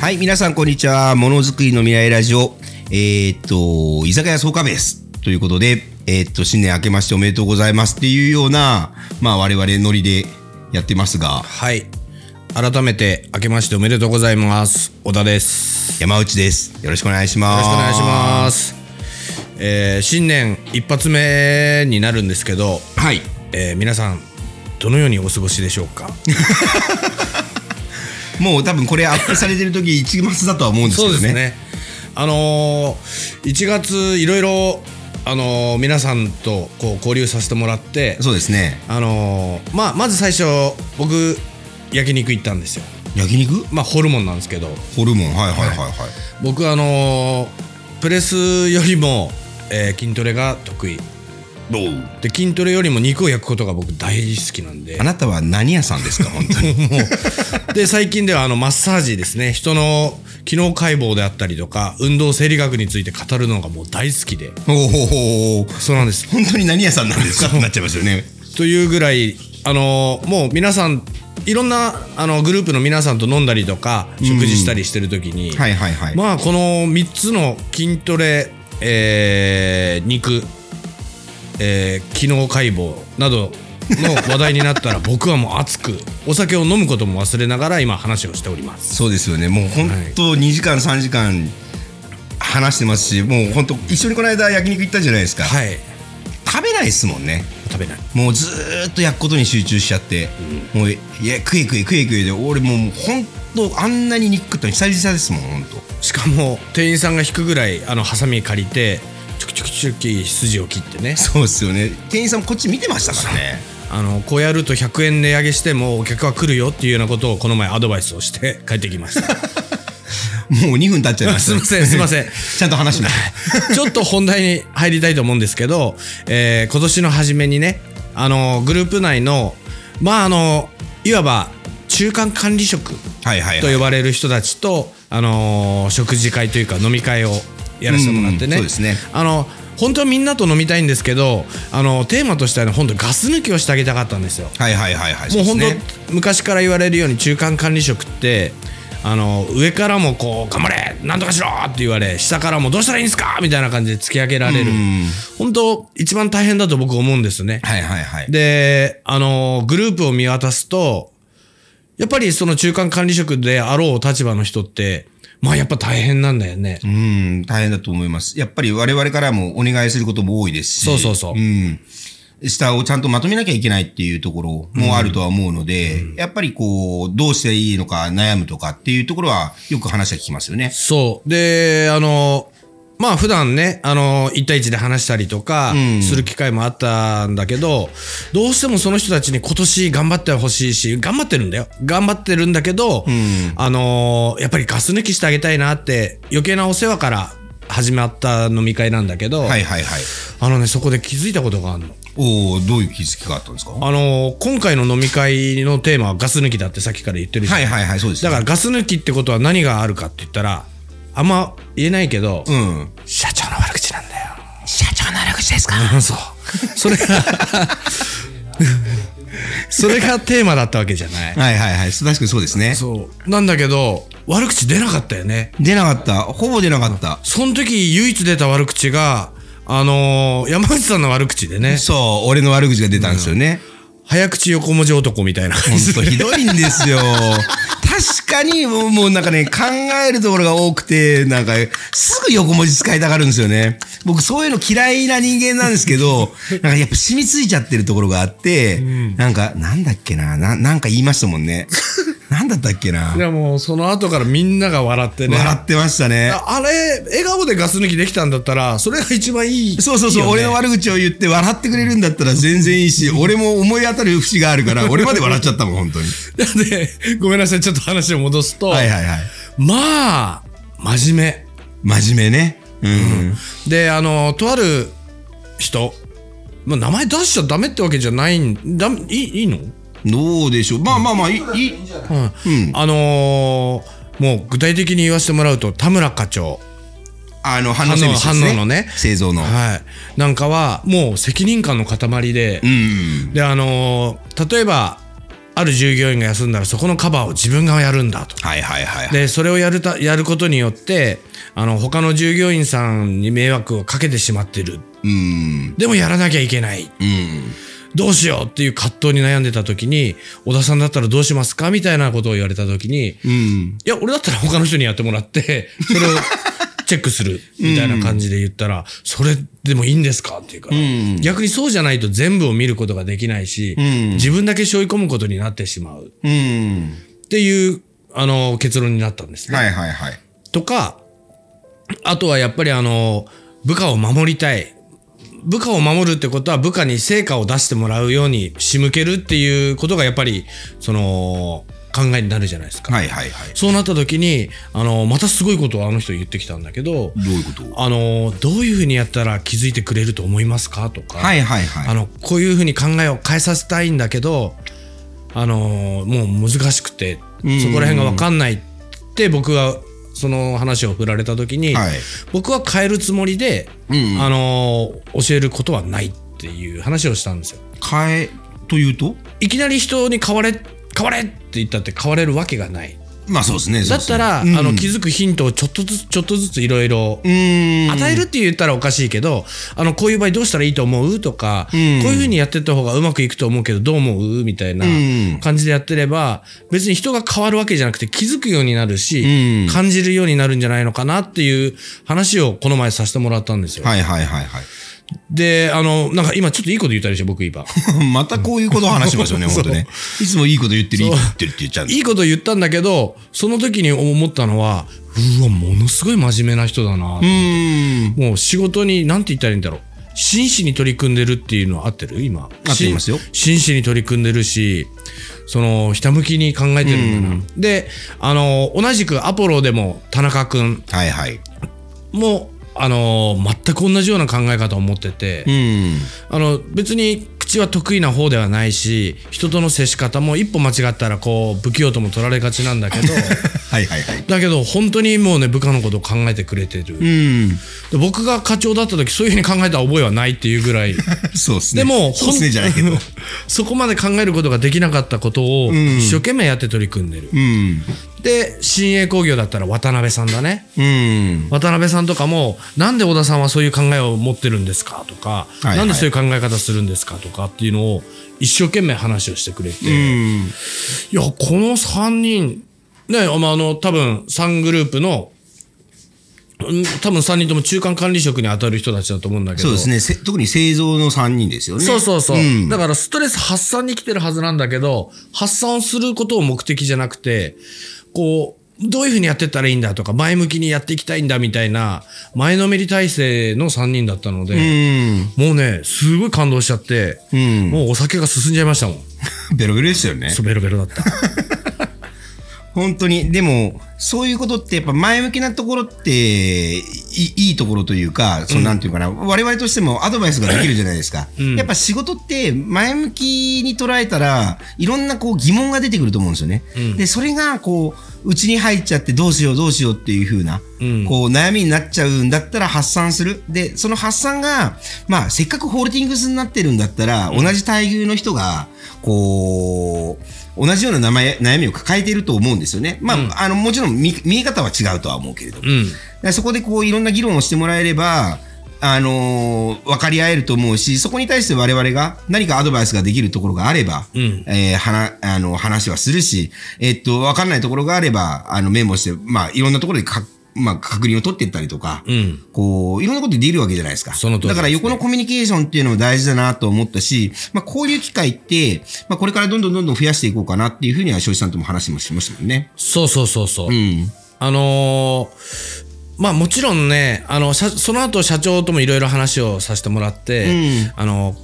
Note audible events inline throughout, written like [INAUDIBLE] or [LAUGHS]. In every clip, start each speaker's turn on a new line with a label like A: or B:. A: はい、皆さんこんにちは。ものづくりの未来ラジオ。えーっと、居酒屋草加部です。ということで、えーっと、新年明けましておめでとうございますっていうような、まあ我々ノリでやってますが、
B: はい改めて明けましておめでとうございます小田です
A: 山内です。よろしくお願いし
B: よ
A: ま
B: ろ
A: す。
B: しくお願いしますえー新年一発目になるんですけど、
A: す。はい。
B: えー皆さんどのようにお過ごしでしょ
A: [LAUGHS]
B: うか
A: もう多分これアップされてる時1月だとは思うんですけどね。
B: あのー、1月いろいろあのー皆さんとこう交流させてもらって
A: そうですね。
B: あのーまあまず最初僕焼肉行ったんですよ
A: 焼肉
B: まあホルモンなんですけど
A: ホルモン。はいはいはいはい。
B: 僕あのープレスよりも、えー筋トレが得意
A: どう
B: で筋トレよりも肉を焼くことが僕大好きなんで
A: あなたは何屋さんですか、本当
B: [LAUGHS]
A: に。
B: で最近ではあのマッサージですね人の機能解剖であったりとか運動生理学について語るのがもう大好きで
A: おお
B: そうなんです
A: 本当に何屋さんなんですかってなっちゃいますよね。
B: というぐらいあのーもう皆さんいろんなあのグループの皆さんと飲んだりとか食事したりしてる時に、
A: はいはいはい。
B: まあこの3つの筋トレ、えー肉、えー機能解剖などの話題に
A: [LAUGHS]
B: なったら僕はもう熱くお酒を飲むことも忘れながら今話をしております
A: そうですよね。もう本当2時間3時間話してますし、もう本当一緒にこの間焼肉行ったじゃないですか。
B: はい
A: 食べないですもんね。
B: 食べない
A: もうずーっと焼くことに集中しちゃって、もういや食え食え食え食えで俺もう本当あんなに肉食ったの久々ですもん本
B: しかも店員さんが引くぐらいあのハサミ借りてちょきちょきちょき筋を切ってね
A: 当。そうですよね。店員さんもこっち見てましたからね。
B: あのこうやると100円値上げしてもお客は来るよっていうようなことをこの前アドバイスをして帰ってきました
A: もう2分経っちゃいまし
B: [LAUGHS] すい
A: た。
B: ませんすいません
A: [LAUGHS] ちゃんと話します。
B: [LAUGHS] ちょっと本題に入りたいと思うんですけど、えー今年の初めにね、あのグループ内の、まああの、いわば中間管理職
A: はいはい
B: と
A: はい。
B: 呼ばれる人たちと、あのー食事会というか飲み会をやらせてもらってね。
A: うんそうですね
B: あの本当はみんなと飲みたいんですけど、あのテーマとしては、ね、本当ガス抜きをしてあげたかったんですよ。
A: はいはいはいはい。
B: も
A: そ
B: う本
A: ですね
B: 当昔から言われるように中間管理職ってあの上からもこう「頑張れなんとかしろ!」って言われ下からも「どうしたらいいんですか?」みたいな感じで突き上げられる
A: ん
B: 本当一番大変だと僕思うんですね。
A: はいはいはい。
B: であのグループを見渡すとやっぱりその中間管理職であろう立場の人ってまあやっぱ大変なんだよね。
A: うん、大変だと思います。やっぱり我々からもお願いすることも多いですし。
B: そうそうそう
A: うん。下をちゃんとまとめなきゃいけないっていうところもあるとは思うので、やっぱりこう、どうしていいのか悩むとかっていうところはよく話は聞きますよね。
B: そう。で、あの、まあ普段ね、あの、1対1で話したりとか
A: うん、
B: する機会もあったんだけど、どうしてもその人たちに今年頑張ってほしいし、頑張ってるんだよ。頑張ってるんだけど、
A: ん
B: あの、やっぱりガス抜きしてあげたいなって、余計なお世話から始まった飲み会なんだけど、
A: はいはいはい。
B: あのね、そこで気づいたことがあるの。
A: おおどういう気づきがあったんですかは
B: あの、今回の飲み会のテーマはガス抜きだってさっきから言ってるじゃん
A: いはいはい、そうです、
B: だから
A: ら、
B: ガス抜きってことは何があるかって言ったら、あんま言えないけど、
A: うん。
B: 社長の悪口なんだよ。
A: 社長の悪口ですか
B: そう。それが、それがテーマだったわけじゃない。
A: はいはいはい、そう確かにそうですね。
B: そう。なんだけど、悪口出なかったよね。
A: 出なかった。ほぼ出なかった。
B: その時唯一出た悪口が、あのー山内さんの悪口でね、
A: そう、俺の悪口が出たんですよね。
B: 早口横文字男みたいな感じ
A: ほんとひどいんですよ。確かにもう、もうなんかね、考えるところが多くて、なんか、すぐ横文字使いたがるんですよね。僕、そういうの嫌いな人間なんですけど、
B: [LAUGHS]
A: なんかやっぱ染みついちゃってるところがあって、なんか、なんだっけな、ななんか言いましたもんね。なんだったっけな。
B: でも、その後からみんなが笑ってね。
A: 笑ってましたね。
B: ああれ、笑顔でガス抜きできたんだったら、それが一番いい。
A: そうそうそう、
B: いいよね
A: 俺の悪口を言って笑ってくれるんだったら全然いいし、俺も思い当たる節があるから、俺まで笑っちゃったもん、本当
B: [LAUGHS]
A: に。
B: で、ごめんなさい、ちょっと話を戻すと、
A: はいはいはい。
B: まあ、真面
A: 真面目ね。うん。
B: 目。で、あの、とある人、まあ、名前出しちゃダメってわけじゃないんだ、いいいいの、
A: どうでしょう。まあまあまあ、いい、いい。
B: うんあのーもう具体的に言わせてもらうと、田村課長。
A: あの、反応セミシですね。
B: 反応のね
A: 製造の。
B: はい。なんかは、もう責任感の塊で
A: う、ん。
B: で、あのー例えば、ある従業員が休んだらそこのカバーを自分がやるんだと。
A: はいはいはいはい。
B: でそれをやるたやることによってあの他の従業員さんに迷惑をかけてしまってる
A: うん。
B: でもやらなきゃいけない
A: うん。
B: どうしようっていう葛藤に悩んでた時に小田さんだったらどうしますかみたいなことを言われた時にい
A: うん。
B: や俺だったら他の人にやってもらってそれ [LAUGHS] をチェックするみたいな感じで言ったら、それでもいいんですかっていうから、
A: ん
B: 逆にそうじゃないと全部を見ることができないし、
A: ん
B: 自分だけ背負い込むことになってしまう
A: うん。
B: っていうあの結論になったんですね。
A: はいはいはい。
B: とかあとはやっぱりあの部下を守りたい部下を守るってことは部下に成果を出してもらうように仕向けるっていうことがやっぱりその考えになるじゃないですか、
A: はいはいはい。
B: そうなった時にあのまたすごいことをあの人言ってきたんだけど
A: どういうこと
B: あのどういうふうにやったら気づいてくれると思いますかとか、
A: はいはいはい。
B: あのこういうふうに考えを変えさせたいんだけど、あのーもう難しくて
A: ん
B: そこら辺が分かんないって僕がその話を振られた時に、
A: はい
B: 僕は変えるつもりで、
A: うん
B: あのー教えることはないっていう話をしたんですよ。
A: 変えというと
B: いきなり人に変われ変われって言ったって変われるわけがない。
A: まあそうですね。
B: だったら、あの気づくヒントをちょっとずつちょっとずついろいろ
A: うん。
B: 与えるって言ったらおかしいけど、あのこういう場合どうしたらいいと思うとか、こういうふうにやってった方がうまくいくと思うけどどう思うみたいな
A: うん
B: 感じでやってれば別に人が変わるわけじゃなくて気づくようになるし、
A: うん
B: 感じるようになるんじゃないのかなっていう話をこの前させてもらったんですよ。
A: はいはいはい [LAUGHS] はい。
B: であのなんか今ちょっといいこと言ったでしょ僕今。
A: またこういうことを話し [LAUGHS] ますよね、
B: そ
A: 本
B: う
A: 当ね。いつもいいこと言ってる、いいこと言ってるって言っちゃうんだ
B: いいこと言ったんだけどその時に思ったのはうわものすごい真面目な人だな、
A: うん。
B: もう仕事に何て言ったらいいんだろう真摯に取り組んでるっていうのは合ってる今
A: 合ってますよ
B: し真摯に取り組んでるしそのひたむきに考えてるんだな、であの同じくアポロでも田中君
A: はいはい。
B: もあの全く同じような考え方を持ってて、
A: うん。
B: あの別に口は得意な方ではないし人との接し方も一歩間違ったらこう不器用とも取られがちなんだけ
A: [LAUGHS]
B: ど
A: はいはいはい。
B: だけど本当にもうね部下のことを考えてくれてる、
A: うん。
B: で僕が課長だった時そういうふうに考えた覚えはないっていう
A: [LAUGHS]
B: ぐらい
A: [LAUGHS] そうですね。
B: でも
A: そうですねじゃないけど。
B: そこまで考えることができなかったことを一生懸命やって取り組んでる、
A: うん。
B: で新栄工業だったら渡辺さんだね
A: うん。
B: 渡辺さんとかもなんで小田さんはそういう考えを持ってるんですかとか、
A: いはい
B: なんでそういう考え方するんですかとかっていうのを一生懸命話をしてくれて、
A: う
B: い
A: ん。
B: やこの3人ねあのあの多分3グループのうん多分3人とも中間管理職に当たる人たちだと思うんだけど
A: そうですね。せ特に製造の3人ですよね。
B: そうそうそう、
A: ん
B: だからストレス発散に来てるはずなんだけど、発散をすることを目的じゃなくて、こう、どういうふうにやってったらいいんだとか、前向きにやっていきたいんだみたいな、前のめり体制の3人だったの
A: う
B: で、
A: ん。
B: もうね、すごい感動しちゃって、
A: うん
B: もうお酒が進んじゃいましたもん。
A: ベロベロですよね。
B: そうベロベロだった。
A: [LAUGHS] 本当に、でも、そういうことって、やっぱ前向きなところって、いいいところというか、そのなんていうかな、我々としてもアドバイスができるじゃないですか。やっぱ仕事って、前向きに捉えたら、いろんなこう疑問が出てくると思うんですよね。で、それが、こう、うちに入っちゃって、どうしようどうしようっていう風な、
B: うん
A: こう、悩みになっちゃうんだったら発散する。で、その発散が、まあ、せっかくホールディングスになってるんだったら、同じ待遇の人が、こう、同じような名前悩みを抱えていると思うんですよね。まあ、あの、もちろん見見え方は違うとは思うけれども。
B: うん。
A: だからそこでこういろんな議論をしてもらえれば、あのー分かり合えると思うし、そこに対して我々が何かアドバイスができるところがあれば、
B: うん
A: えーはなあの話はするし、えっと、分かんないところがあれば、あのメモして、まあ、いろんなところでか、まあ、確認を取っていったりとか、
B: うん。
A: こう、いろんなことできるわけじゃないですか。
B: その通りですね
A: だから横のコミュニケーションっていうのも大事だなと思ったし、まあ、こういう機会って、まあ、これからどんどんどんどん増やしていこうかなっていうふうには、庄司さんとも話もしましたもんね。
B: そうそうそうそ
A: う
B: う。
A: ん。
B: あのーまあもちろんね、あの、社その後社長ともいろいろ話をさせてもらって、あの、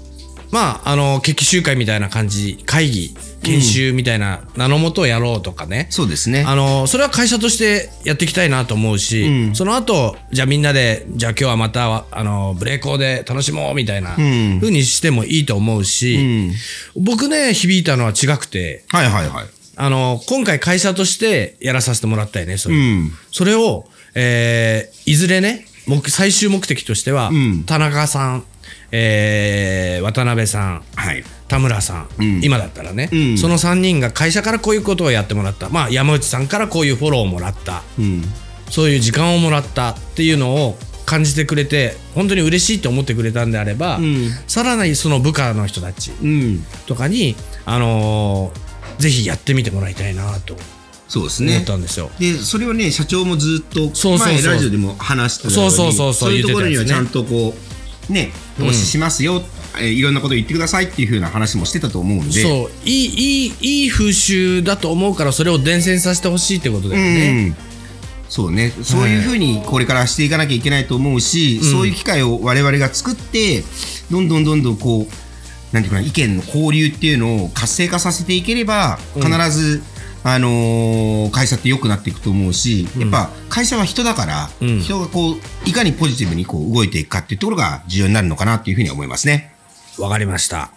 B: まあ、あの、決起集会みたいな感じ、会議、研修みたいな名のもとをやろうとかね。
A: そうですね。
B: あのそれは会社としてやっていきたいなと思うし、その後じゃあみんなでじゃあ今日はまたあのブレイコーで楽しもうみたいな
A: うん
B: 風にしてもいいと思うし、僕ね響いたのは違くて
A: はいはいはい。
B: あの今回会社としてやらさせてもらったよねそれ,、
A: うん
B: それを、えーいずれね目最終目的としては、田中さんえー渡辺さん
A: はい。
B: 田村さん、
A: ん
B: 今だったらね、
A: うん
B: その3人が会社からこういうことをやってもらった、まあ、山内さんからこういうフォローをもらった
A: うん。
B: そういう時間をもらったっていうのを感じてくれて本当に嬉しいと思ってくれたんであれば、
A: うん
B: さらにその部下の人たち
A: うん。
B: とかに、あのーぜひやってみてもらいたいなと
A: そうです
B: 思
A: ね
B: っ。たんですよ。
A: で、それはね、社長もずっと、
B: そうそうそう
A: 前ラジオでも話してたよに
B: そうそうそうそう
A: そういうところには
B: 言って
A: ち
B: た
A: ゃ
B: や
A: ん
B: つ
A: とこう、ね、投資しますよ、えーいろんなこと言ってくださいっていうふうな話もしてたと思うんで。
B: そういいいいいい風習だと思うからそれを伝染させてほしいってことだよね。
A: うんそうね、そういうふうにこれからしていかなきゃいけないと思うし、そういう機会を我々が作ってどんどんどんどんこうなんていうかな意見の交流っていうのを活性化させていければ必ず、あのー会社って良くなっていくと思うし、やっぱ会社は人だから、
B: うん
A: 人がこういかにポジティブにこう動いていくかっていうところが重要になるのかなっていうふうには思いますね。
B: わ、かりました。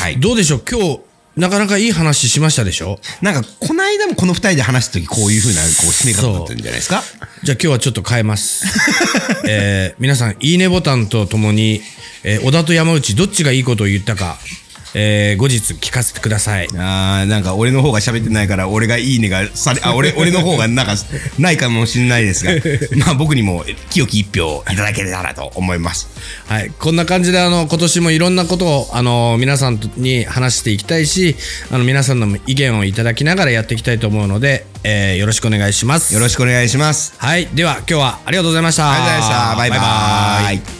A: はい、
B: どうでしょう今日なかなかいい話しましたでしょ
A: なんかこの間もこの2人で話した時こういうふうなこう締め方だったんじゃないですか。
B: じゃあ今日はちょっと変え [LAUGHS] ます。えー皆さん、いいねボタンとともに、えー小田と山内、どっちがいいことを言ったか、えー後日聞かせてください。
A: あーなんか俺の方が喋ってないから俺がいいねがされあ俺俺の方がなんかないかもしれないです [LAUGHS] がまあ僕にも清き一票いただけたらと思います
B: はい。こんな感じで、あの、今年もいろんなことを、あの、皆さんに話していきたいし、あの、皆さんの意見をいただきながらやっていきたいと思うので、えーよろしくお願いします。
A: よろ
B: しく。
A: しくお願いします
B: はい。では、今日はありがとうございました。
A: ありがとうございましたバイバイ